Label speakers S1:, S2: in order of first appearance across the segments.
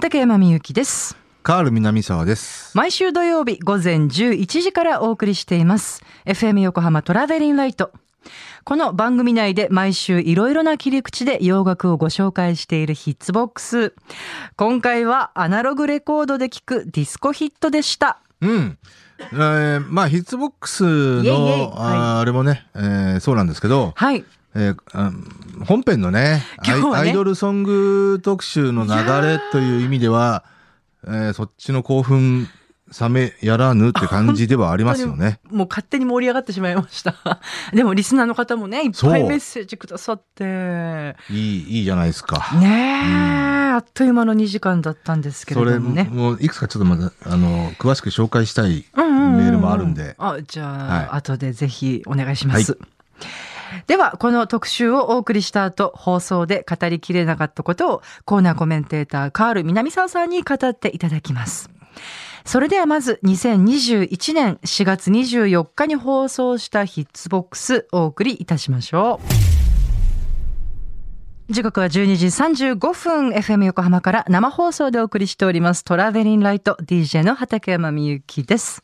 S1: 竹山みゆきです
S2: カール南沢です。
S1: 毎週土曜日午前11時からお送りしています FM 横浜トラベリンライトこの番組内で毎週いろいろな切り口で洋楽をご紹介しているヒッツボックス今回はアナログレコードで聴くディスコヒットでした
S2: うん。えーまあ、ヒッツボックスの、
S1: イエイイエイ
S2: あーあれもね、えーそうなんですけど、
S1: はい
S2: えーあ本編のね
S1: 今日はね
S2: アイ、アイドルソング特集の流れという意味では、えーそっちの興奮冷めやらぬって感じではありますよね。
S1: もう勝手に盛り上がってしまいました でもリスナーの方もねいっぱい
S2: そう
S1: メッセージくださって
S2: いい、いいじゃないですか。
S1: ねえ、あっという間の2時間だったんですけれ
S2: それ
S1: どもね
S2: もういくつかちょっとまだあの詳しく紹介したい
S1: うんうんうんうん
S2: メールもあるんで
S1: あじゃあ、
S2: はい
S1: 後でぜひお願いします、ではこの特集をお送りした後放送で語りきれなかったことをコーナーコメンテーターカール南沢さんに語っていただきますそれではまず2021年4月24日に放送したヒッツボックスお送りいたしましょう時刻は12時35分 FM 横浜から生放送でお送りしておりますトラベリンライト DJ の畠山みゆきです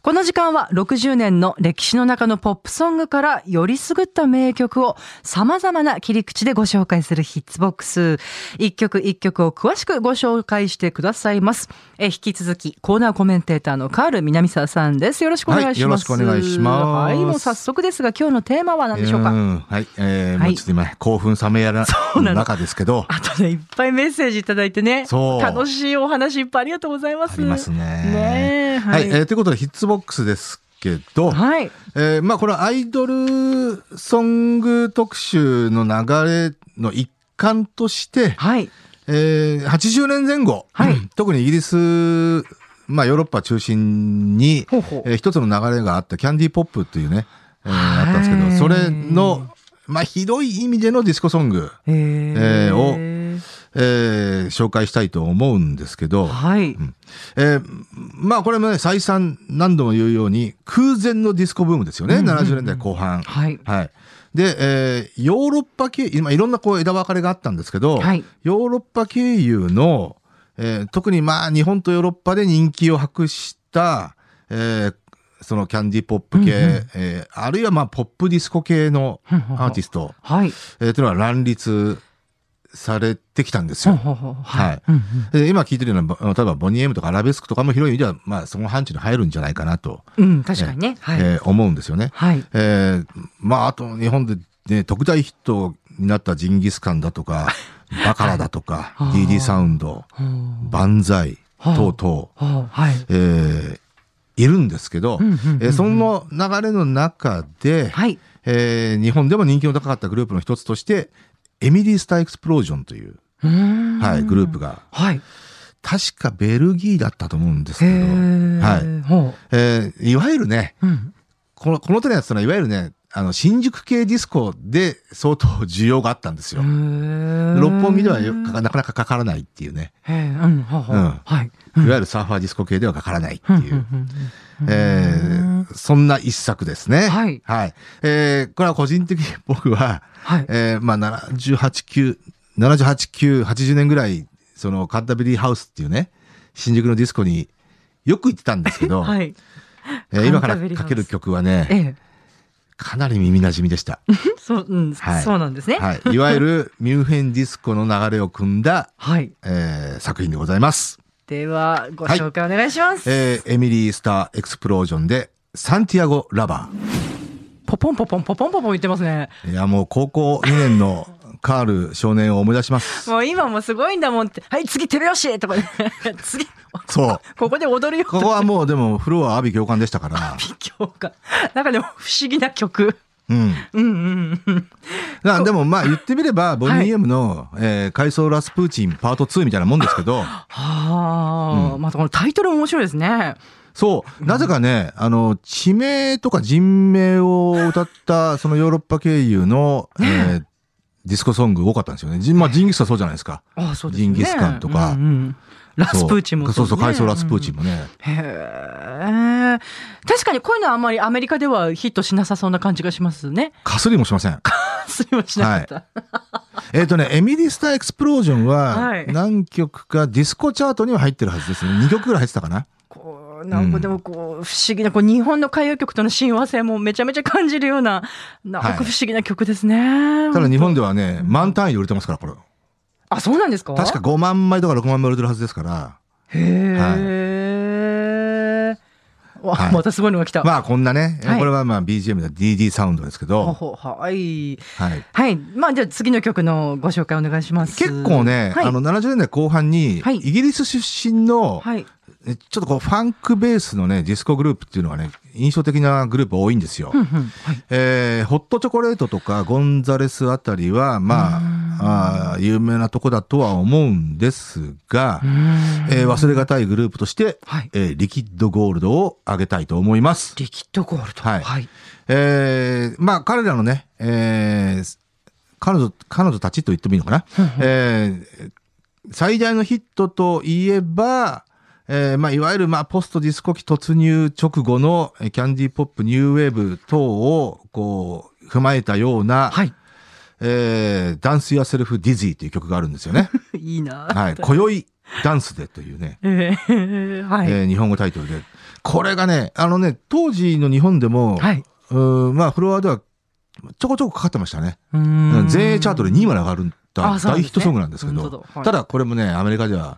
S1: この時間は60年の歴史の中のポップソングからよりすぐった名曲を様々な切り口でご紹介するヒッツボックス。一曲一曲を詳しくご紹介してくださいます。え引き続きコーナーコメンテーターのカール南沢さんです。よろしくお願いします。
S2: はいよろしくお願いします
S1: はい、もう早速ですが今日のテーマは何でしょうか
S2: んはい、えー
S1: はい
S2: もうちょっと今、興奮冷めやら
S1: そう
S2: の
S1: なの
S2: 中ですけど、あ
S1: あとね、いっぱいメッセージいただいてね。
S2: そう
S1: 楽しいお話いっぱいありがとうございます。
S2: りますね。
S1: ねえは
S2: はいい、えーということで、ヒッツボックスですけど、
S1: はい。
S2: えーまあ、これはアイドルソング特集の流れの一環として、
S1: はい。
S2: えー80年前後、
S1: はい
S2: 特にイギリス、まあ、ヨーロッパ中心に、
S1: ほうほう
S2: えー一つの流れがあったキャンディーポップっていうね、えーあったんですけ
S1: は
S2: ど、
S1: い
S2: それの、まあ、ひどい意味でのディスコソング、
S1: え
S2: えーえー紹介したいと思うんですけど、
S1: はい。
S2: えーまあこれもね再三何度も言うように空前のディスコブームですよね、70年代後半。
S1: はい。
S2: はい、で、えーヨーロッパ経由今いろんなこう枝分かれがあったんですけど、
S1: はい
S2: ヨーロッパ経由の、えー特にまあ日本とヨーロッパで人気を博した、えーそのキャンディーポップ系、
S1: うんうん
S2: えーあるいはまあポップディスコ系の
S1: アー
S2: アーティスト、
S1: はい。
S2: えーというのは乱立されてきたんですよ。
S1: ほうほうほう
S2: はい
S1: うんうん
S2: で今聞いてるようなぼ、例えばボニーエムとかアラベスクとかも広い意味では、まあその範疇に入るんじゃないかなと、
S1: うん、確かにね。はい。
S2: えー思うんですよね。
S1: はい。
S2: えーまああと日本で、ね、特大ヒットになったジンギスカンだと か、バカラだとか、
S1: あー
S2: DD サウンド、
S1: ほう
S2: 万歳
S1: はあ
S2: 等々、
S1: ほうはい。
S2: えーいるんですけど、
S1: うんうんうんうん
S2: えーその流れの中で、
S1: はい。
S2: えー日本でも人気の高かったグループの一つとして、エミリー・スター・エクスプロージョンという、
S1: は
S2: はい、グループ。が、
S1: はい。
S2: 確かベルギーだったと思うんですけ
S1: へ
S2: ど、はい。
S1: え。ほ
S2: えーいわゆるね、
S1: う。うん。
S2: この、この手のやつというのは、いわゆるね、あの、新宿系ディスコで相当需要があったんですよ。六
S1: 六
S2: 本木ではよ
S1: へ
S2: かかなかなかかからないっていうね、
S1: え、うん、ほうほう。
S2: うん
S1: はい。
S2: いわ
S1: る
S2: ゆるサーファーディスコ系ではかからないって
S1: うん
S2: いう、えーそんな一作ですね。
S1: はい
S2: えーこれは個人的に僕は、
S1: はい。
S2: えーまあ、78、9、78、9、80年ぐらい、その、カンタベリーハウスっていうね、新宿のディスコによく行ってたんですけど、
S1: はい。
S2: えー今か
S1: カンタベリー
S2: ら
S1: ハウ
S2: かけ
S1: ス
S2: る曲はね、
S1: ええ。
S2: かなり耳なじみでした。
S1: そう、うん、
S2: はい
S1: そうなんですね。
S2: はい。いわゆるミュンヘンディスコの流れを組んだ、
S1: はい。
S2: えー作品でございます。
S1: では、ご紹介お願いします。
S2: えーエミリー・スター・エクスプロージョンで、サンティアゴ・ラバ
S1: ポポンポポンポポンポポン言ってますね。
S2: ー。いや、もう高校2年のカール少年を思い出し ます。
S1: もう今もすごいんだもんって。はい、次、手拍子とか、ね、 次、
S2: そう。
S1: ここで踊るよ
S2: ここはもうでもフロア阿ビ教官でしたから。
S1: 今日が。 なんかでも不思議な曲。
S2: うん。
S1: うんうんうん。
S2: なでもまあ言ってみれば、ボニー・エムの、えー、回想ラスプーチンパート2みたいなもんですけど、
S1: はあ、またこのタイトル面白いですね。
S2: そう、なぜかね、あの、地名とか人名を歌った、 そのヨーロッパ経由の、えーディスコソング多かったんですよね。ジンまあ、ジンギスカンそうじゃないですか。
S1: ああ、そうですね。
S2: ジンギスカンとか
S1: うんうんラスプーチンも
S2: そうそう、
S1: です
S2: 海藻
S1: ね
S2: ラスプーチンもね。
S1: うんへえ。確かにこういうのはあんまりアメリカではヒットしなさそうな感じがしますね。
S2: かすりもしません。
S1: すみません、しなかった。
S2: えっ、とね、エミリスターエクスプロージョン
S1: は
S2: はい何曲かディスコチャートには入ってるはずですね。2曲ぐらい入ってたかな。
S1: こうなんかでもこう、不思議なこう日本の歌謡曲との親和性もめちゃめちゃ感じるようななんか
S2: はい
S1: 不思議な曲ですね。
S2: ただ日本ではね、満単位で売れてますから、これ。
S1: あそうなんですか
S2: 確か5万枚とか6万枚売れてるはずですから。
S1: へえ、わ
S2: はい
S1: またすごいのが来た。
S2: まあこんなね、えー
S1: はい
S2: これはまあ BGM で DD サウンドですけ
S1: ほ
S2: ど、
S1: ほはい。
S2: はい。
S1: はい。まあ、じゃあ次の曲のご紹介お願いします。
S2: 結構ね、
S1: はい、
S2: あの、70年代後半に、
S1: はい
S2: イギリス出身の、
S1: はい。
S2: えちょっとこうファンクベースのね、ディスコグループっていうのがね、印象的なグループ多いんですよ。
S1: ふんふんはい。
S2: えーホットチョコレートとかゴンザレスあたりは、まあ、あー有名なとこだとは思うんですが、
S1: うん
S2: えー忘れがたいグループとして、
S1: はい
S2: えーリキッドゴールドを挙げたいと思います。
S1: リキッドゴールド。
S2: はい
S1: はい。
S2: えーまあ彼らのね、えー彼女、彼女たちと言ってもいいのかな。えー最大のヒットといえば、えーまあ、いわゆる、まあ、ポストディスコ期突入直後のえーキャンディーポップ、ニューウェーブ等を、こう、踏まえたような、
S1: はい。
S2: えーダンス・やセルフ・ディズィという曲があるんですよ ね。
S1: いいな。
S2: はい。今宵、ダンスでというね。
S1: えーはい。
S2: えー日本語タイトルで。これがね、あのね、当時の日本でも、
S1: はいう
S2: ーんまあ、フロアではちょこちょこかかってましたね。
S1: うーん
S2: 全英チャートで2位まで上がるんだ
S1: あそうなん
S2: 大
S1: ですね
S2: ヒットソングなんですけ
S1: 本当
S2: ど
S1: だ、はい
S2: ただこれもね、アメリカでは、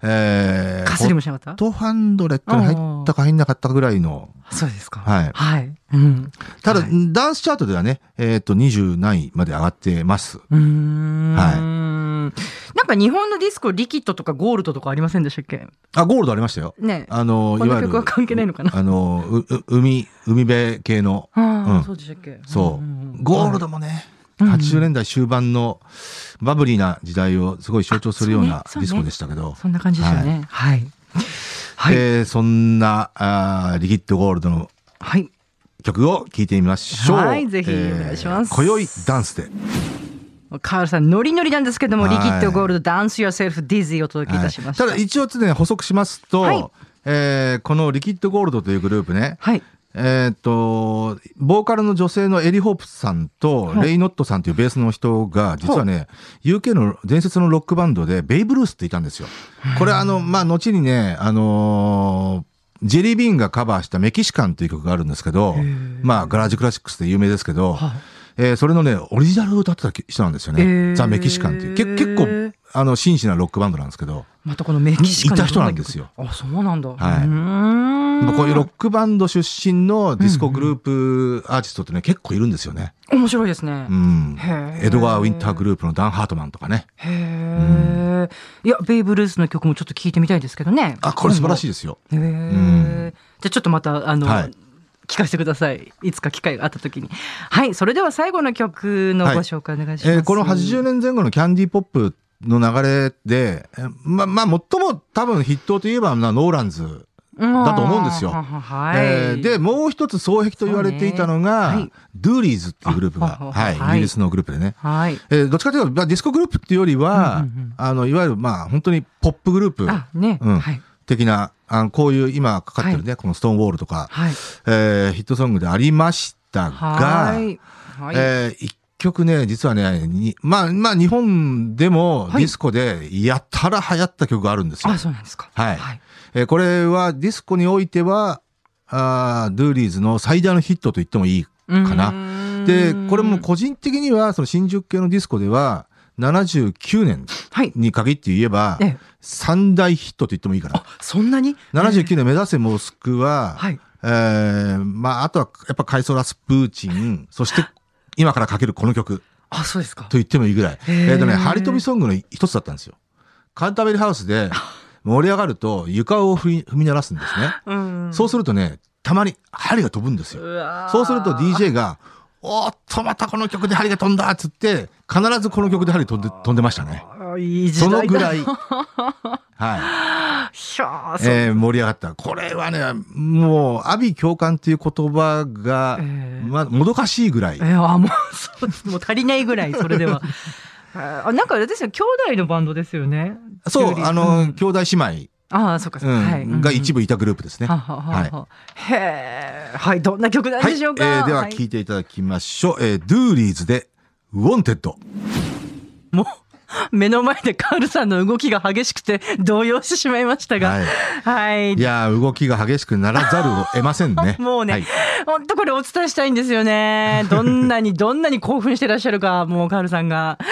S2: えー、
S1: かすりもしなか
S2: ホッ
S1: っ
S2: トハンドレッドに入ったか入んなかったぐらいの、
S1: たそうですか。
S2: はい
S1: はい。うん。
S2: ただ、
S1: はい
S2: ダンスチャートではね、えっと、20何位まで上がってます。
S1: うーん。
S2: はい
S1: なんか日本のディスコ、リキッドとかゴールドとかありませんでしたっけ
S2: あ、ゴールドありましたよ。
S1: ねえ。
S2: あの、
S1: こ
S2: い
S1: の
S2: わゆ
S1: 曲は
S2: る、
S1: 関係ないのかな
S2: あの、うう海、海辺系の、
S1: あ
S2: う
S1: あ、
S2: ん
S1: そうでしたっけ
S2: そ
S1: んんん
S2: う。ゴールドもね、
S1: うん
S2: 80年代終盤のバブリーな時代をすごい象徴するような
S1: あ
S2: デ
S1: そうねそ
S2: ィス
S1: うね
S2: コでしたけど、
S1: そんな感じですよね。はい。はい。
S2: えーそんなあーリキッドゴールドの
S1: はい。
S2: 曲を聴いてみましょう。
S1: はいぜひお願いします
S2: えー今宵ダンスで。
S1: カールさん、ノリノリなんですけども、
S2: はい
S1: リキッドゴールド、ダンス・ヨーセルフ・ディズィーお届けいたしました。
S2: はいだ一応常に補足しますと、
S1: はい
S2: えーこのリキッドゴールドというグループね、
S1: はい。
S2: えーっと、ボーカルの女性のエリ・ホープさんと
S1: はい
S2: レイ・ノットさんというベースの人が、実はね、UK の伝説のロックバンドで、ベイブ・ルースっていたんですよ。これ、あの、まあ、後にね、あのージェリー・ビーンがカバーしたメキシカンという曲があるんですけど、まあ、ガラージュクラシックスで有名ですけど、
S1: はい
S2: えーそれのね、オリジナルを歌ってた人なんですよね。
S1: へー
S2: ザ・メキシカンっていう。け結構、あの、真摯なロックバンドなんですけど、
S1: またこのメキシカン
S2: いた人なんですよ。
S1: あ、そうなんだ。
S2: はいう
S1: ーん
S2: まあこういうロックバンド出身のディスコグループアーティストってね、結構いるんですよね。
S1: 面白いですね。
S2: うん
S1: へー
S2: エドガー・ウィンターグループのダン・ハートマンとかね。
S1: へえ。いや、ベイブ・ルースの曲もちょっと聞いてみたいですけどね。
S2: あ、これ素晴らしい
S1: い。
S2: ですよ。
S1: へ
S2: ん
S1: え。じゃあちょっとまた、あの、
S2: はい
S1: 聞かせてください。いつか機会があった時に。はい。それでは最後の曲のご紹介お願いします。
S2: えーこの80年前後のキャンディーポップの流れで、えーま、まあ、最も多分筆頭といえば、まあノーランズ。だと思うんですよ
S1: はははい
S2: えーで、もう一つ双璧と言われていたのが、
S1: そうねはい
S2: ドゥーリーズっていうグループが、
S1: あ
S2: はい、
S1: はい
S2: イギリスのグループでね。
S1: はい。
S2: えーどっちかというと、まあディスコグループっていうよりは、
S1: うんうんうん
S2: あの、いわゆる、まあ、本当にポップグループ
S1: あ、ね。
S2: うん
S1: はい。
S2: 的な、あのこういう今かかってるね、このストーンウォールとか、
S1: はい。
S2: えーヒットソングでありましたが、
S1: はい。はい。
S2: えー一曲ね、実はね、にまあ、まあ、日本でも
S1: はい
S2: ディスコでやたら流行った曲があるんですよ。
S1: あ、そうなんですか。
S2: はい
S1: はい。
S2: えーこれはディスコにおいては、あードゥーリーズの最大のヒットと言ってもいい。かな
S1: うーん
S2: で、これも個人的には、その新宿系のディスコでは、79年
S1: はい。
S2: に限って言えば
S1: え、え
S2: 三大ヒットと言ってもいいかな。
S1: そんなに
S2: 79年目指せモスクは、
S1: はい。
S2: えーまあ、あとはやっぱ海藻ラスプーチン、そして今からかけるこの曲。
S1: あ、そうですか
S2: と。言ってもいいぐらい。
S1: へー
S2: えっ、とね、張り飛びソングの一つだったんですよ。カンタベリーハウスで盛り上がると床を踏み踏み鳴らすんですね。
S1: うん
S2: そうするとね、たまに針が飛ぶんですよ。そうすると。
S1: わー
S2: DJ が、おーっとまたこの曲で針が飛んだっつって、必ずこの曲で針飛んで飛んでましたね。
S1: あーいい時
S2: そ
S1: 代
S2: の
S1: だ
S2: ぐら い。はい。
S1: ひゃーそう
S2: えー盛り上がった。これはね、もう、阿鼻共感っていう言葉が、
S1: えー
S2: まあ、もどかしいぐらい
S1: え。ーあ、もう、 そうです。もう足りないぐらい、それ では。あ、なんかあれですよ、兄弟のバンドですよね。
S2: そ
S1: よ
S2: う、
S1: り
S2: あ
S1: う
S2: の、
S1: ん
S2: 兄弟姉妹。
S1: ああ、そうか、そう
S2: う
S1: か。
S2: ん
S1: はい。
S2: が一
S1: 部。
S2: 部いたグループですね。
S1: はははは。へえ。はい、どんな曲なん
S2: はい、
S1: で
S2: え
S1: しょうか。
S2: ーでは聞いていただきましょう。えー、ドゥーリーズで、ウォンテッド。
S1: もう、目の前でカールさんの動きが激しくて動揺してしまいましたが、
S2: はい
S1: はい。
S2: い。やー動きが激しくならざるを得ませんね
S1: もうね、
S2: はい
S1: 本当これお伝えしたいんです よね。どんなに、どんなに興奮してらっしゃるか、もうカールさんが。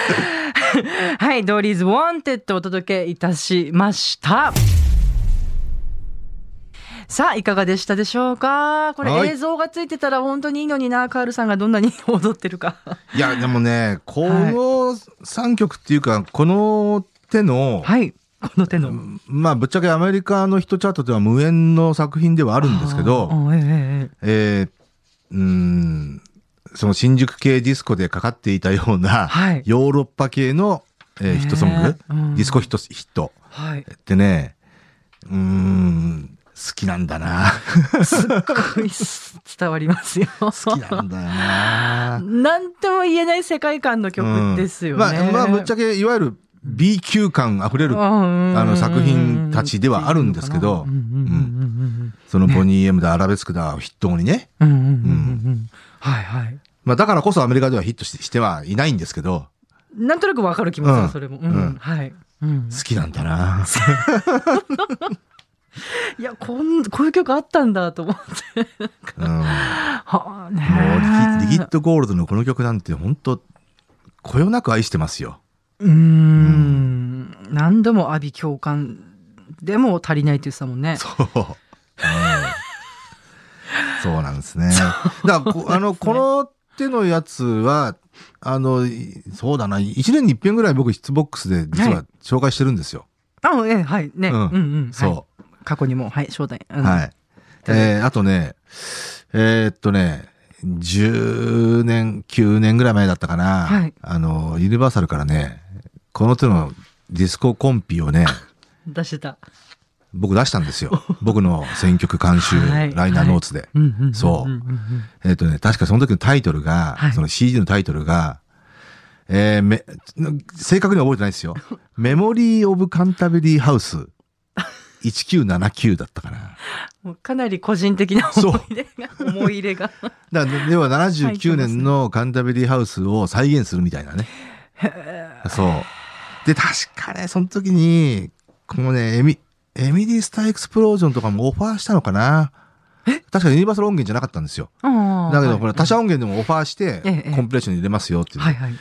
S1: はい、ドーリーズ・ウォンテッドをお届けいたしました。さあ、いかがでしたでしょうかこ
S2: は
S1: れ
S2: い
S1: 映像がついてたら本当にいいのにな、カールさんがどんなに踊ってるか。
S2: いや、でもね、この3曲っていうか、この手の、
S1: はい、この手の。
S2: まあ、ぶっちゃけアメリカのヒットチャートでは無縁の作品ではあるんですけ
S1: あ
S2: ど、
S1: ーえ
S2: えーうーん、その新宿系ディスコでかかっていたような、
S1: はい
S2: ヨーロッパ系の、えー
S1: ねえ
S2: ヒットソング、
S1: うん
S2: ディスコヒットヒット
S1: えは い。
S2: ってね、うーん、好きなんだな。
S1: すっごい伝わりますよ。
S2: 好きなんだよな。
S1: なんとも言えない世界観の 曲ですよね。
S2: うんまあ、まあ、ぶっちゃけ、いわゆる B 級感あふれるあ
S1: あ
S2: の作品たちではあるんですけど
S1: うん
S2: そのボニー・エムだ、アラベスクだを筆頭にね。
S1: うんうんうんうんうんはいはい。
S2: まあだからこそアメリカではヒットしてしてはいないんですけど、
S1: なんとなくわかる気もす
S2: う
S1: る、
S2: ん
S1: それも。
S2: う
S1: うんんはい。うん
S2: 好きなんだ な。
S1: いや、こん、こういう曲あったんだと思って。
S2: うん、もう
S1: はあね
S2: リキ、リキッド・ゴールドのこの曲なんて本当こよなく愛してますよ。
S1: うーん。何度も阿ビ共感でも足りないって言ってたもんね。
S2: そう。うんそうなんですね。だからこ、あの、この手のやつは、あの、いそうだな、1年に一遍ぐらい僕、ヒッツボックスで実
S1: は
S2: は紹介してるんですよ。
S1: あ、ええ、はい。ね。
S2: う
S1: うんんうん。はい
S2: そ
S1: 過去にも、はい、招待。
S2: う。
S1: うん
S2: はい。えーあとね、えーっとね、10年、9年ぐらい前だったかな、
S1: はい
S2: あの、ユニバーサルからね、この手のディスココンピをね、
S1: 出してた。
S2: 僕出したんです よ。僕の選曲監修、
S1: はい
S2: ライナーノーツで。
S1: うんうんうんうん
S2: そう
S1: うんうん
S2: えっ、とね、確かその時のタイトルが、
S1: はい
S2: その CD のタイトルが、えーめ、正確には覚えてないです よ。メモリー・オブ・カンタベリー・ハウス1979だったかな。
S1: もうかなり個人的な思い出が、思い入れが。
S2: だから、要は
S1: 入って
S2: 79
S1: ますね
S2: 年のカンタベリー・ハウスを再現するみたいなね。そう。で、確かね、その時に、このね、エミ、エミリー・スター・エクスプロージョンとかもオファーしたのかな。確かユニバーサル音源じゃなかったんですよ。だ
S1: だ
S2: けど、これ他
S1: 社
S2: 社音源でもオファーして、
S1: ええ
S2: コンプレッションに入れますよっていう。
S1: はいはい。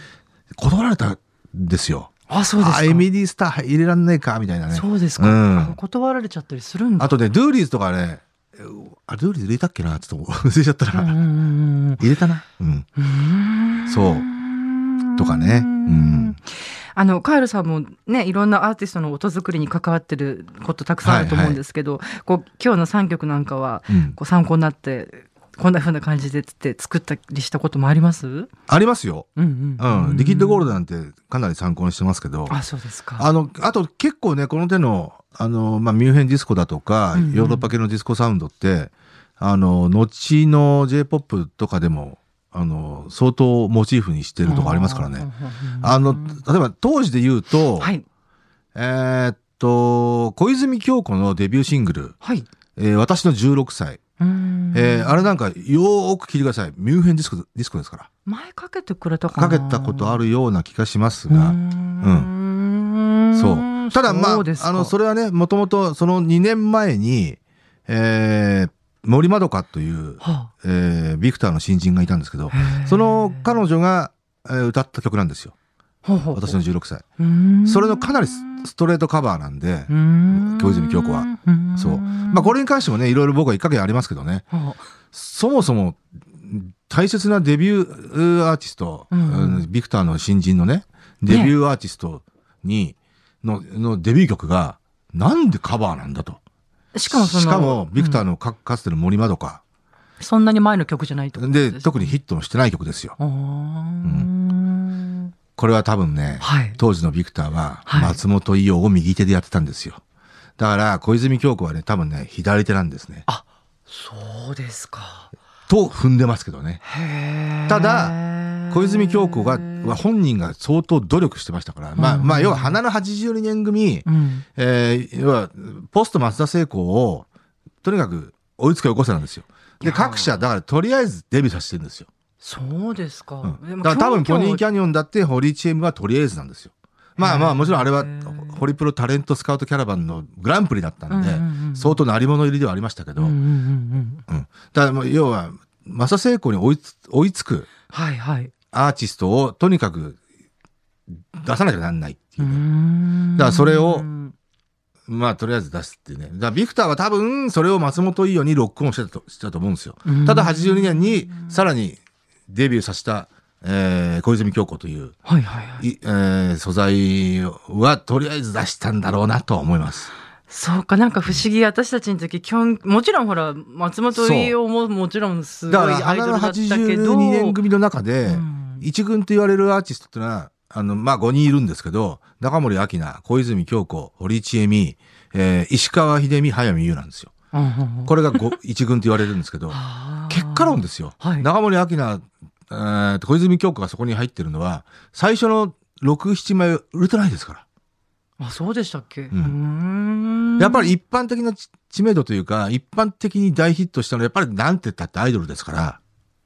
S2: 断られたんですよ。
S1: あ、そうですか。
S2: あ、エミリースター入れらんねえか、みたいなね。
S1: そうです
S2: う
S1: か
S2: ん。
S1: 断られちゃったりするんだ。
S2: あとね、ドゥーリーズとかね、えあ、ドゥーリーズ入れたっけなちょっと忘れちゃった
S1: う
S2: な。
S1: んうんうんうん
S2: 入れたな。うん。
S1: うん
S2: そう。とかね。うん。
S1: あのカールさんもねいろんなアーティストの音作りに関わってることたくさんあると思うんですけど、こう今日の3曲なんかは
S2: うん
S1: こう参考になってこんなふうな感じでつって作ったりしたこともありますうん
S2: ありますよ。
S1: うん
S2: うん。リキッドゴール
S1: ド
S2: ドなんてかなり参考にしてますけど。
S1: あそうですか
S2: あの、あと結構ね、この手の、あの、まあ、ミュンヘンディスコだとか、
S1: うんうん
S2: ヨーロッパ系のディスコサウンドって、あの、後の J-POP とかでも、あの、相当モチーフにしてるとこありますからね。あの、例えば当時で言うと、
S1: はい
S2: えーっと、小泉京子のデビューシングル、
S1: はい
S2: えー私の16歳。
S1: うん
S2: えーあれなんかよーく聞いてください。ミュンヘンディスコ、ディスコですから。
S1: 前かけてくれたかな
S2: かけたことあ
S1: る
S2: るような気がします
S1: う
S2: が、
S1: ん
S2: そう。ただまあ、
S1: そうですか
S2: あの、それはね、もともとその2年前に、えー森まどかという、
S1: は
S2: えービクターの新人がいたんですけど
S1: あ、へえ
S2: その彼女が、えー歌った曲なんですよ。
S1: ほうほうほう
S2: 私の16歳。
S1: うん
S2: それのかなりスストレートカバーなんで、小泉京子は。そうま
S1: ま
S2: あこれに関してもね、いろいろ僕は一かけありますけどね、そもそもん大切なデビューアーティスト、
S1: うん
S2: うんビクターの新人のね、デビューアーティストに、の、のデビュー曲が、なんでカバーなんだと。
S1: しかもその、
S2: ビクター
S1: うん
S2: のか,、かつての森まどか。
S1: そんなに前の曲じゃないってこと
S2: で、特にヒ
S1: ッ
S2: ットのしてない曲ですよ。
S1: ト。あー
S2: これは多分ね、
S1: はい。
S2: 当時のビクターは
S1: はい
S2: 松本伊代を右手でやってたんですよ。だから小泉京子はね、多分ね、左手なんですね。
S1: そうですか。
S2: と踏んでますけどね。
S1: へー
S2: た小泉京子がは本人が相当努力してましたから、まあ、
S1: うん
S2: まあ、要は花の82年組、
S1: うん。
S2: えー要はポスト松田聖子をとにかく追いつけ追い越せなんですよ。で、各社、だからとりあえずデビューさせてるんですよ。
S1: そうですか。
S2: うん
S1: でも
S2: だから多分ポニーキ
S1: ャ
S2: ャニオンだってホリーチームはとりあえずなんですよ。まあま
S1: へー
S2: あもちろんあれはホリプロタレントスカウトキャラバンのグランプリだったんで、
S1: うんうんうん
S2: 相当なり物入りではありましたけど、
S1: うんうんうんうん。
S2: うんだからもう要はマサセイコに追いつ追いつく
S1: はいはい。
S2: アーティストをとにかく出さなきゃなんないって
S1: う
S2: い
S1: ー
S2: うね、
S1: ん
S2: だからそれを
S1: うん
S2: まあとりあえず出すっていうねだからビクターは多分それを松本伊代にロックオンしてたとしてたと思うんですよ
S1: うん
S2: ただ82年にさらにデビューさせた、えー小泉京子という
S1: はいはいはい。
S2: いえー素材はとりあえず出したんだろうなとは思います。
S1: そうか、なんか不思議、私たちの時、きょん、もちろんほら、松本伊代ももちろんす
S2: だ
S1: ご
S2: か
S1: い
S2: ら
S1: アイド
S2: 花
S1: ル
S2: の
S1: だったけど。
S2: 82年組の中で、
S1: うん
S2: 一軍と言われるアーティストってのはあの、まあ、5人いるんですけど中森明菜小泉京子堀ちえみ、えー石川秀美早見優なんですよ。
S1: うんうんうん
S2: これがご 一軍と言われるんですけど
S1: あー
S2: 結果論ですよ。
S1: はい
S2: 中森明菜、えーと小泉京子がそこに入ってるのは最初の67枚売れてないですから。
S1: あ、そうでしたっけ。うー
S2: ん
S1: ん
S2: やっぱり一般的な知知名度というか、一般的に大ヒットしたのは、やっぱりなんて言ったってアイドルですから、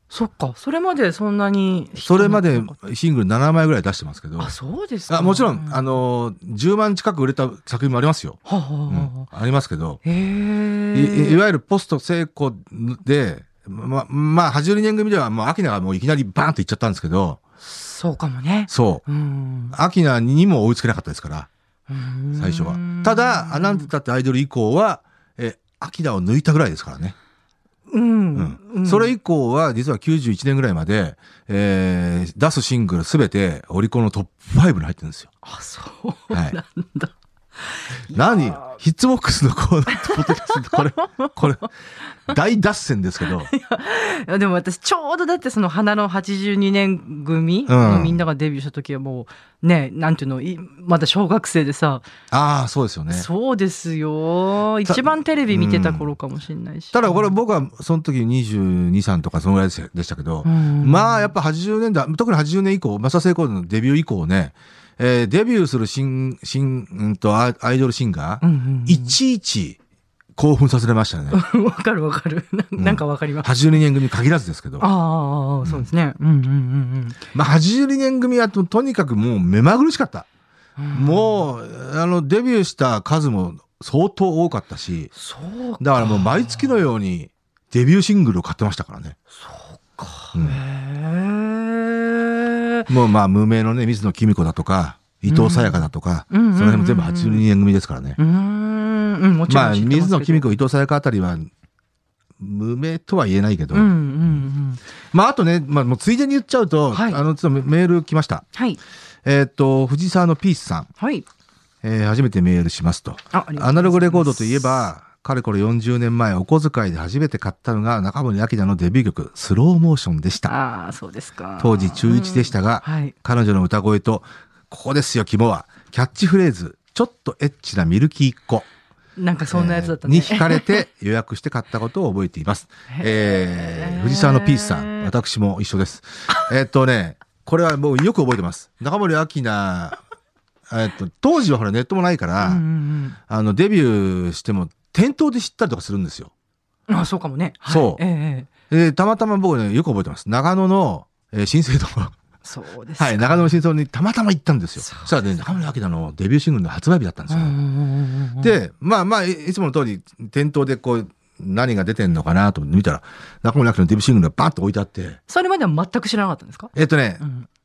S1: そっか、それまでそんなに。
S2: それまで。シングル7枚ぐらい出してますけど、
S1: あ、そうですか。
S2: あもちろん、
S1: う
S2: あ、のー、10万近く売れた作品もありますよ。
S1: はあはあ
S2: う
S1: はあ
S2: ん、ありますけど、
S1: へ
S2: い
S1: え。
S2: いいわゆるポスト成功で、ま、まあ、82年組ではもう、アキナがもういきなりバーンといっちゃったんですけど、
S1: そうかもね。
S2: そ
S1: うん
S2: う。。アキナにも追いつけなかったですから、最初は。ただ、あなんて言ったってアイドル以降は、え、アキナを抜いたぐらいですからね。
S1: うん、
S2: うんそれ以降は実は91年ぐらいまで、えー出すシングルすべてオリコンのトップ5に入ってるんですよ。
S1: あそう
S2: はい
S1: なんだ、
S2: 何ヒッツボックスのコーナーとポッドキャストこれ、 これ、大脱線ですけど、
S1: いやでも私ちょうどだってその花の82年組
S2: うん
S1: のみんながデビューした時はもうねなんていうのいまだ小学生でさ、
S2: ああ、そうですよね。
S1: そうですよ
S2: た
S1: 一番テレビ見てた頃かもしれないし、
S2: ただこれ僕はその時22、3とかそのぐらいでしたけど、
S1: うん
S2: まあやっぱ80年代、特に80年以降、マサセイコードのデビュー以降ね、えーデビューする新、新、うんとアイアイドルシンガ
S1: う
S2: ー、
S1: んうん
S2: いちいち興奮させられましたね。
S1: うん、わかるわかるななんかわかります、
S2: 82年組に限らずですけど。
S1: ああああそうですね、うん、うん
S2: まあ、82年組はととにかくもう目まぐるしかった。
S1: うんうんうん
S2: もう、あの、デビューした数も相当多かったし、
S1: そうか
S2: だからもう毎月のようにデビューシングルを買ってましたからね。
S1: そうか、
S2: うん
S1: へえ
S2: もうまあ、無名のね、水野公子だとか、伊藤沙耶香だとか、
S1: うん
S2: その辺も全部
S1: うんうんうん
S2: 82年組ですからね。
S1: うーんうんもちろん
S2: まあ、
S1: 知ってす
S2: 水
S1: けど
S2: 野公子、伊藤沙耶香あたりは、無名とは言えないけど、
S1: うんうんうん
S2: まあ、あとね、まあ、もうついでに言っちゃうと、
S1: はい
S2: あの、ちょっとメール来ました。
S1: はい
S2: えーっと、藤沢のピースさん。
S1: はい
S2: えー初めてメールしますと。
S1: あありがとうございます
S2: アナログレコードといえば、かれこれ40年前、お小遣いで初めて買ったのが中森明菜のデビュー曲、スローモーションでした。
S1: ああそうですか
S2: 当時中1でしたが、
S1: うんはい
S2: 彼女の歌声と、ここですよ、肝は、キャッチフレーズ、ちょっとエッチなミルキー一個。
S1: なんかそんなやつだったね、
S2: えーに惹かれて予約して買ったことを覚えています。えー藤沢のピースさん、私も一緒です。えーっとね、これはもうよく覚えてます。中森明菜、えーっと、当時はほらネットもないから、
S1: うんうん
S2: あの、デビューしても、店頭で知ったりとかするんですよ。
S1: うんあそうかもね、はい、
S2: そう
S1: えええ
S2: で、たまたま僕ね、よく覚えてます。長野の、えー新 生堂。
S1: えそうですか
S2: はい、長野の新生堂にたまたま行ったんですよ。
S1: そ
S2: そうしたらね、中森明菜のデビューシングルの発売日だったんです
S1: う
S2: よ。
S1: んうんうんうん
S2: で、まあまあ、いいつもの通り、店頭でこう、何が出てんのかなと思って見たら、中森明菜のデビューシングルがバッと置いてあって、
S1: それまでは全く知らなかったんですか、
S2: えっ、とね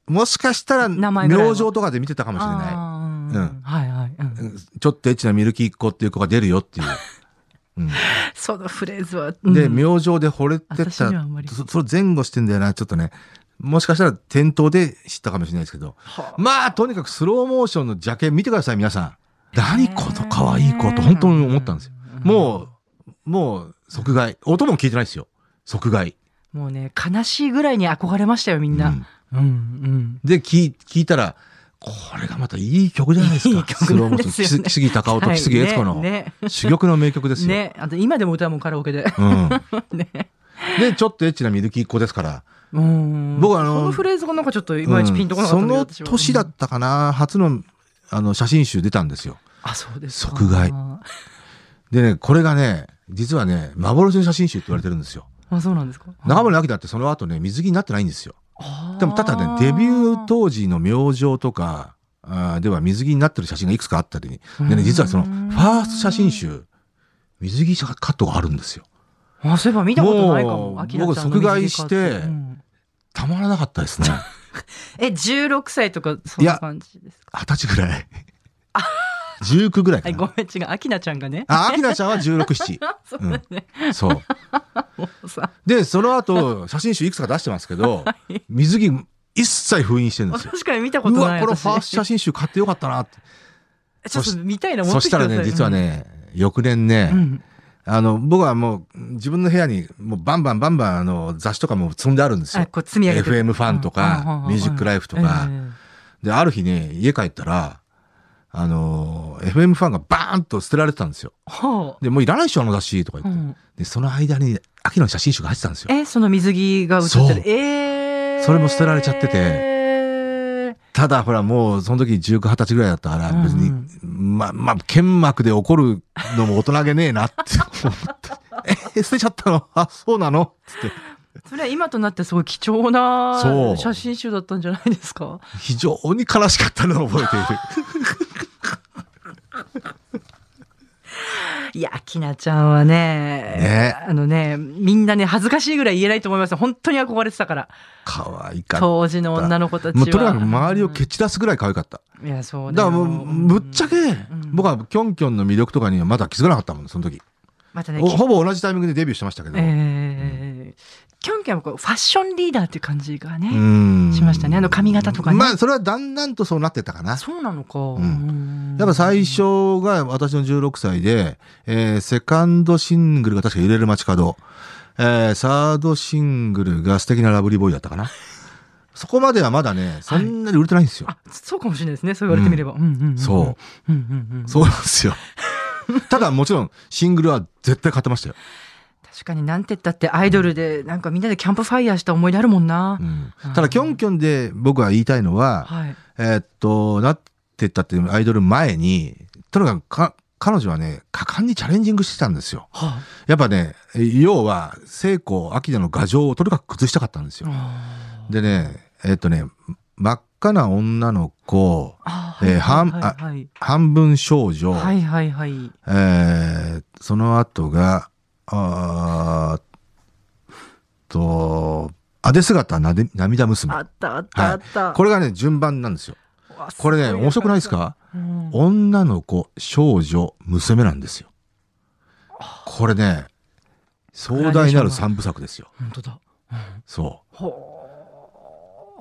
S1: う、ん、
S2: もしかしたら、
S1: 名前ぐらいは
S2: 明星とかで見てたかもしれな
S1: あー
S2: うん
S1: はいはい、うん
S2: いうん。ちょっとエッチなミルキーっ子っていう子が出るよっていう。うん
S1: そのフレーズは、うん
S2: で、明星で惚れて
S1: 私
S2: た
S1: にはあんまり
S2: そ、それ前後してんだよな、ちょっとね。もしかしたら店頭で知ったかもしれないですけど。
S1: はあ
S2: まあ、とにかくスローモーションのジャケ見てください、皆さん。何この可愛い子と本当に思ったんですよ。もう、もう、即買い。音も聞いてないですよ。即買い。
S1: もうね悲しいぐらいに憧れましたよみんな、
S2: うん
S1: うんうん
S2: で、聞い聞いたら、これがまたいい曲じゃないですか。
S1: いい曲なんです
S2: スローモー
S1: よね
S2: ション木杉高夫と木杉悦子の
S1: はいね
S2: 珠玉の名曲ですよ。
S1: ねあと今でも歌うもんカラオ ケで、
S2: うん。
S1: ね、
S2: で、ちょっとエッチなミルキーっ子ですから。
S1: うん
S2: 僕あの
S1: そのフレーズがなんかちょっといまいちピンとこなかったんだけど
S2: うんその年だ
S1: 私は
S2: ったかな初のあの写真集出たんですよ
S1: あそうですか
S2: 即買いでねこれがね実はね幻の写真集って言われてるんですよ
S1: あ、そうなんですか。
S2: 中森明菜ってその後ね水着になってないんですよ
S1: あー
S2: でもただねデビュー当時の明星とかあーでは水着になってる写真がいくつかあったりにでね実はその
S1: う
S2: フ
S1: ん
S2: ァースト写真集水着カットがあるんですよ
S1: あ、そういえば見たことないか
S2: も
S1: も。
S2: う
S1: 明菜ちゃんの
S2: 僕即買いして
S1: 水着買ってうん
S2: たまらなかった ですね
S1: え、16歳とか、そん
S2: い
S1: な
S2: や
S1: 感じですか。
S2: 二十歳ぐらい19ぐらい
S1: は
S2: か
S1: い、ご
S2: な
S1: めん、違う、明菜ちゃんがね。
S2: あ明菜ちゃんは167
S1: そうだね。
S2: そう
S1: もうさ、
S2: でその後写真集いくつか出してますけど水着一切封印してるんですよ
S1: 確かに見たこ
S2: う
S1: と
S2: わ
S1: ない。
S2: この
S1: 私
S2: ファースト写真集買ってよかったなって
S1: ちょっと見たいな、持
S2: そ
S1: って
S2: し
S1: き
S2: て
S1: く
S2: た
S1: ださ
S2: ら
S1: い
S2: ね実は。ね翌年ね、
S1: うん。
S2: あの僕はもう自分の部屋にもうバンバンバンバンあの雑誌とかも積んであるんです
S1: あ、
S2: よ。
S1: こう積み上げて。
S2: FM ファンと
S1: うんうんうん
S2: か
S1: う、ん
S2: ミュージックライフとか。
S1: え
S2: で、ある日ね、家帰ったら、あのー、FM ファンがバーンと捨てられてたんですよ。
S1: えは
S2: で、もういらないでしょ、あの雑誌とか
S1: あ。う
S2: 言って。
S1: ん
S2: で、その間に、秋の写真集が入ってたんですよ。
S1: え、その水着が映
S2: そ
S1: っ
S2: う
S1: てる。ええ。
S2: それも捨てられちゃってて
S1: て。
S2: ただ、ほら、もう、その時19、20歳ぐらいだったから、別に、
S1: うん
S2: ま、まあ、剣幕で怒るのも大人げねえなって思って。え、 捨てちゃったのあ、そうなのつって。
S1: それは今となってすごい貴重な
S2: そう
S1: 写真集だったんじゃないですか
S2: 非常に悲しかったのを覚えている。
S1: いや、きなちゃんはね、
S2: ね
S1: あのね、みんなね、恥ずかしいぐらい言えないと思いますよ。本当に憧れてたから。
S2: 可愛かった。
S1: 当時の女の子たちは。
S2: もうとにかく周りを蹴散らすぐらい可愛かった。
S1: いや、そう
S2: だ
S1: だ
S2: から
S1: よ
S2: もう、ぶっちゃけ、
S1: ん
S2: 僕はキョンキョンの魅力とかにはまだ気づかなかったもん、その時。
S1: またね、
S2: お
S1: き
S2: ほぼ同じタイミングでデビューしてましたけど。
S1: えー、キョンキョンはこうファッションリーダーっていう感じがね。
S2: うん
S1: しましたねあの髪型とかね
S2: まあ、それはだんだんとそうなってったかな。
S1: そうなのか。
S2: んやっぱ最初が私の16歳で、えーセカンドシングルが確か揺れる街角、えーサードシングルが素敵なラブリーボーイだったかな。そこまではまだね、そんなに売れてないんですよ。
S1: あ、そうかもしれないですね。そう言われてみれば。うんうんうんうん
S2: そう。
S1: うんうんうん。
S2: そうなん ですよ。ただもちろんシングルは絶対買ってましたよ。
S1: 確かになんて言ったってアイドルで、なんかみんなでキャンプファイヤーした思い出あるもんな。
S2: うん
S1: あー
S2: ただキョンキョンで僕は言いたいのは、
S1: はい。
S2: えーっと、なってったっていうアイドル前に、とにかくか彼女はね、果敢にチャレンジングしてたんですよ。
S1: は
S2: やっぱね、要は、聖子、秋田の牙城をとにかく崩したかったんですよ。
S1: あ。
S2: でね、えーっとね、真っ赤な女の子、
S1: あ
S2: えー
S1: はい
S2: 半
S1: はいはい
S2: 半分少女、
S1: はいはいはい。
S2: えーその後が、あーっと、あで姿なで涙娘
S1: あ。ったあったあった。
S2: これがね、順番なんですよ。
S1: わ
S2: これね、面白くないです。か
S1: ごうん
S2: 女の子、少女、娘なんですよ。これね、壮大なる三部作ですよ。
S1: 本当だ。
S2: そう。
S1: ほ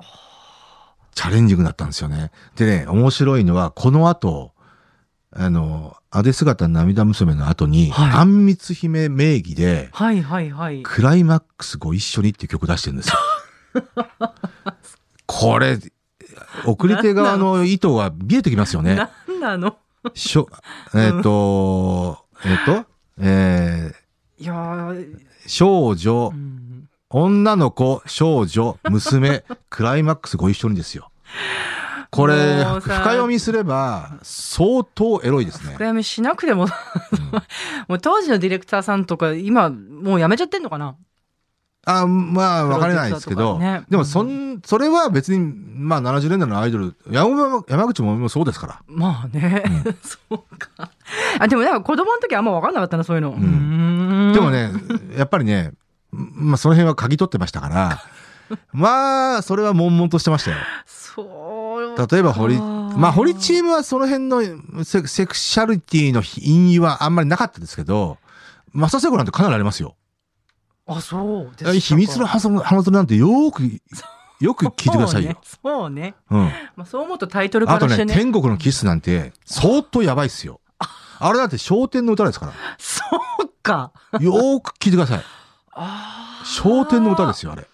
S2: チャレンジングだったんですよね。でね、面白いのは、この後、あの、あで姿涙娘の後に、
S1: はい
S2: あんみつ姫名義で
S1: ー、はいはいはい。
S2: クライマックスご一緒にっていう曲出してるんです よ。これ、送り手側の意図が見えてきますよね。
S1: なんなの
S2: しょ、えっ、と、えっ、と、えー
S1: いやー、
S2: 少女
S1: う、ん
S2: 女の子、少女、娘、 クライマックスご一緒にですよ。これ、
S1: も
S2: 深
S1: うさ
S2: 読みすれば、相当エロいですね
S1: 暗。闇しなくても、 もう当時のディレクターさんとか、今、もうやめちゃってんのかな
S2: あ、まあ、わからないですけど、
S1: プロデューサーとかね
S2: でも、そん、それは別に、まあ、70年代のアイドル、山山口ももそうですから。
S1: まあね、 そうか。あ、でもなんか子供の時あんま分かんなかったな、そういうの。うーん
S2: でも。ね、やっぱりね、まあ、その辺は嗅ぎ取ってました から、まあ、それは悶々としてましたよ。
S1: そう。
S2: 例えば堀、
S1: あー
S2: まあ堀チームはその辺のセセクシャリティの引意はあんまりなかったですけど、マサセコなんてかなりありますよ。
S1: あ、そうでしたか。
S2: 秘密の花園花園なんてよーく、よく聞いてくださいよ。
S1: そうね。そう
S2: う
S1: ね
S2: ん。
S1: まあ、そう思うとタイトルか
S2: あと
S1: らして
S2: ね、
S1: ね。
S2: 天国のキスなんて相当やばいっすよ。あれだって笑点の歌ですか
S1: そうか。
S2: ら。よーく聞いてください。
S1: ああ。
S2: 笑点の歌ですよ、あれ。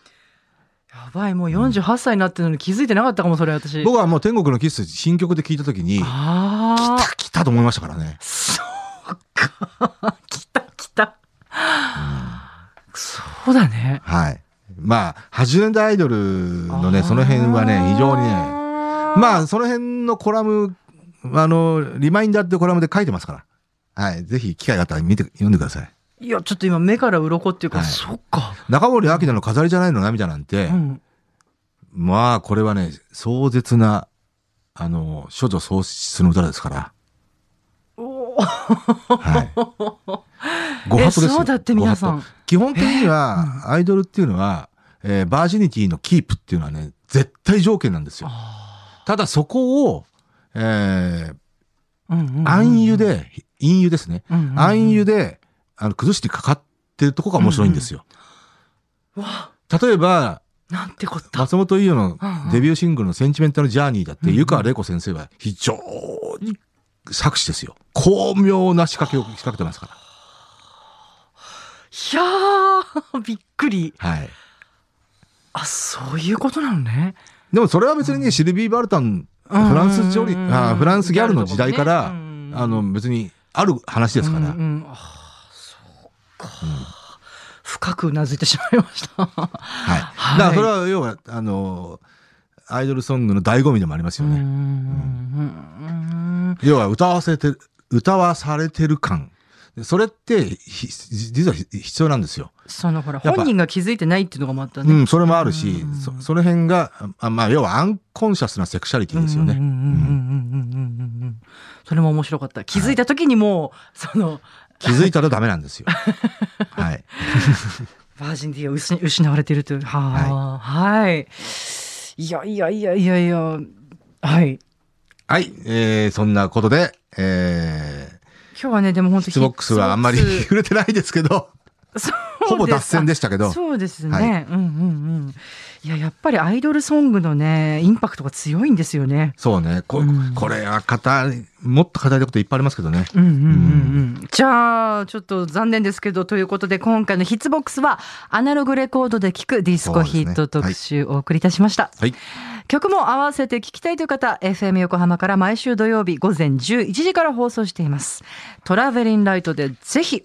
S1: やばい、もう48歳になってるのに気づいてなかったかも、それ私。
S2: 僕はもう天国のキス新曲で聞いたときに、来
S1: ああ。
S2: た来たと思いましたからね。
S1: そうか。 来た来た。そうだね。
S2: はい。まあ、80年代アイドルの
S1: あ
S2: ね、
S1: ー
S2: その辺はね、非常にね、まあ、その辺のコラム、あの、リマインダーってコラムで書いてますから。はい。ぜひ、機会があったら見て、読んでください。
S1: いや、ちょっと今目から鱗っていうか、
S2: はい
S1: そっか。
S2: 中森明菜の飾りじゃないの涙なんて、
S1: うん。
S2: まあこれはね壮絶なあの処女喪失の歌ですから、
S1: お
S2: はい、ご
S1: え
S2: 法度ですよ
S1: そうだって皆さん
S2: ご法度基本的にはアイドルっていうのは、えーバージニティのキープっていうのはね絶対条件なんですよただそこを、えー
S1: うんうんうん
S2: 暗湯、で陰湯ですね
S1: うんうんうん
S2: 暗湯であの崩してかかってるとこが面白いんですよ、
S1: わ
S2: 例えば
S1: なんてこった。
S2: 松本伊代の
S1: うんうん
S2: デビューシングルの「センチメンタル・ジャーニー」だっ
S1: うん
S2: て
S1: うん
S2: 湯川玲子先生は非常に作詞ですよ巧妙な仕掛けを仕掛けてますか
S1: いやー、びっくり。
S2: ら、はい、
S1: あ、そういうことなのね。
S2: でもそれは別にねシルビー・バルタンフ
S1: うん
S2: ランス料理
S1: うん
S2: あフランスギャルの時代から、
S1: ギャルの時代ねうん
S2: あの別にある話ですから、
S1: うんうんあーそうか。深くうなずいてしまいました。
S2: はい、
S1: はい
S2: だからそれは要はあのアイドルソングの醍醐味でもあります
S1: う
S2: よ
S1: んう
S2: ね、
S1: ん
S2: 要は歌わせて歌わされてる感でそれってひ実はひ必要なんですよ
S1: そのほら
S2: やっぱ
S1: 本人が気づいてないっていうのがまた
S2: う
S1: ね。
S2: ん、それもあるし、
S1: うん
S2: そその辺が、あまあ、要はアンコンシャスなセクシャリティですよね。
S1: うんうんうんうんうんうんうんそれも面白かった。気づいた時にもうその
S2: 気づいたらダメなん ですよ。はい。
S1: バージンティーを失失われているという。はあはい。いやいやいやいやいや。はい。
S2: はい、えー、そんなことで、え
S1: 今日はねでも本
S2: ー、ヒ
S1: 当
S2: ッツボックスはあんまり 触れてないですけど、ほぼ脱線でしたけど、
S1: そうですね、
S2: はい
S1: うんうんうんいややっぱりアイドルソングのねインパクトが強いんですよね
S2: そうね、こ
S1: うん
S2: これは語り、もっと語りたいこといっぱいありますけどね。
S1: うんうんうんうん、じゃあちょっと残念ですけどということで今回のヒッツボックスはアナログレコードで聴くディスコヒット特集をお送りいたしました、
S2: はい。
S1: 曲も合わせて聴きたいという方 FM 横浜から毎週土曜日午前11時から放送していますトラベリンライトでぜひ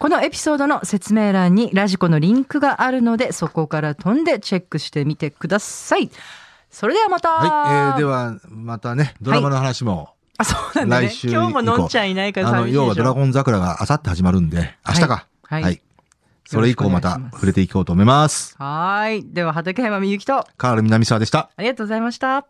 S1: このエピソードの説明欄にラジコのリンクがあるのでそこから飛んでチェックしてみてくださいそれではまた、
S2: はい、えー、では、またね、ドラマの話も、
S1: あそうなんだね
S2: 来週以降
S1: 今日ものんちゃんいないから
S2: あの、
S1: 寂しいでしょ
S2: 要はドラゴン桜があさって始まるんで、明日か。
S1: は
S2: はいい。
S1: はい
S2: それ以降ま
S1: よろしく
S2: た
S1: お願いします
S2: 触れていこうと思います。
S1: はーい。では、畠山みゆきと、あ
S2: カール南沢でした。
S1: りがとうございました。